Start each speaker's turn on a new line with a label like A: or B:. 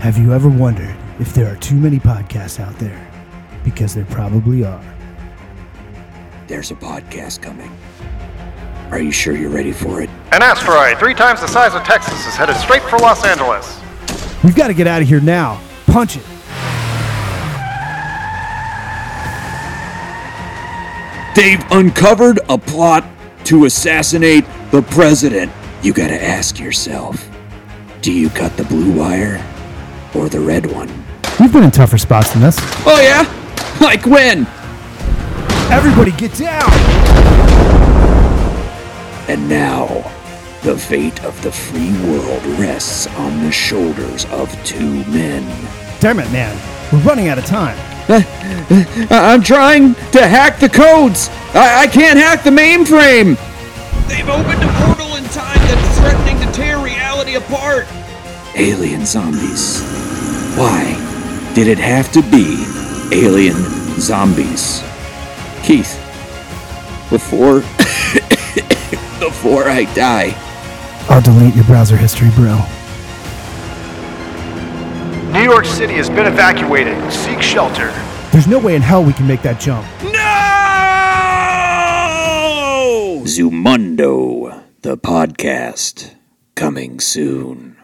A: Have you ever wondered if there are too many podcasts out there? Because there probably are.
B: There's a podcast coming. Are you sure you're ready for it?
C: An asteroid three times the size of Texas is headed straight for Los Angeles.
A: We've got to get out of here now. Punch it.
B: They've uncovered a plot to assassinate the president. You gotta ask yourself do you cut the blue wire or the red one?
A: You've been in tougher spots than this.
B: Oh, yeah? Like when?
A: Everybody get down!
B: And now, the fate of the free world rests on the shoulders of two men.
A: Damn it, man. We're running out of time.
B: I- I'm trying to hack the codes! I, I can't hack the mainframe!
D: They've opened a portal in time that's threatening to tear reality apart.
B: alien zombies. Why did it have to be alien zombies? Keith, before before I die,
A: I'll delete your browser history, bro.
C: New York City has been evacuated. Seek shelter.
A: There's no way in hell we can make that jump.
B: Zumundo, the podcast, coming soon.